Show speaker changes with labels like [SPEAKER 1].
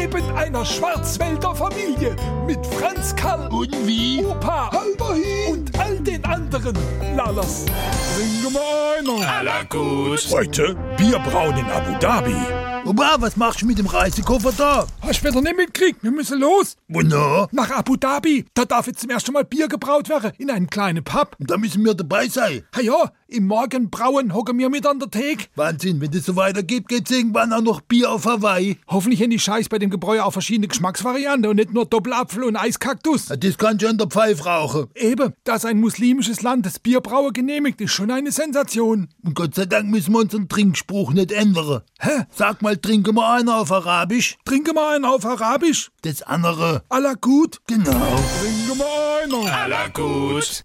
[SPEAKER 1] Leben einer Schwarzwälder Familie mit Franz Karl,
[SPEAKER 2] Und wie?
[SPEAKER 1] Opa, Halberhin und all den anderen Lalas. Bringe mal einer.
[SPEAKER 2] Aller gut.
[SPEAKER 1] Heute Bierbrauen in Abu Dhabi.
[SPEAKER 3] Opa, was machst du mit dem Reisekoffer da?
[SPEAKER 1] Hast du wieder nicht mitkriegt? Wir müssen los.
[SPEAKER 3] Wunder,
[SPEAKER 1] Nach Abu Dhabi. Da darf jetzt zum ersten Mal Bier gebraut werden in einem kleinen Pub.
[SPEAKER 3] da müssen wir dabei sein.
[SPEAKER 1] Ha ja, im Morgenbrauen hocken wir mit an der Theke.
[SPEAKER 3] Wahnsinn, wenn das so weitergeht, geht's irgendwann auch noch Bier auf Hawaii.
[SPEAKER 1] Hoffentlich haben die Scheiß bei dem Gebräu auch verschiedene Geschmacksvarianten und nicht nur Doppelapfel und Eiskaktus.
[SPEAKER 3] Ja, Das kann schon der Pfeif rauchen.
[SPEAKER 1] Eben, dass ein muslimisches Land das Bierbraue genehmigt, ist schon eine Sensation.
[SPEAKER 3] Und Gott sei Dank müssen wir unseren Trinkspruch nicht ändern.
[SPEAKER 1] Hä?
[SPEAKER 3] Sag mal, trinke mal einer auf Arabisch.
[SPEAKER 1] Trinke mal einen auf Arabisch.
[SPEAKER 3] Das andere.
[SPEAKER 1] Allah gut.
[SPEAKER 3] Genau.
[SPEAKER 1] Trinke mal einen.
[SPEAKER 2] Aller gut.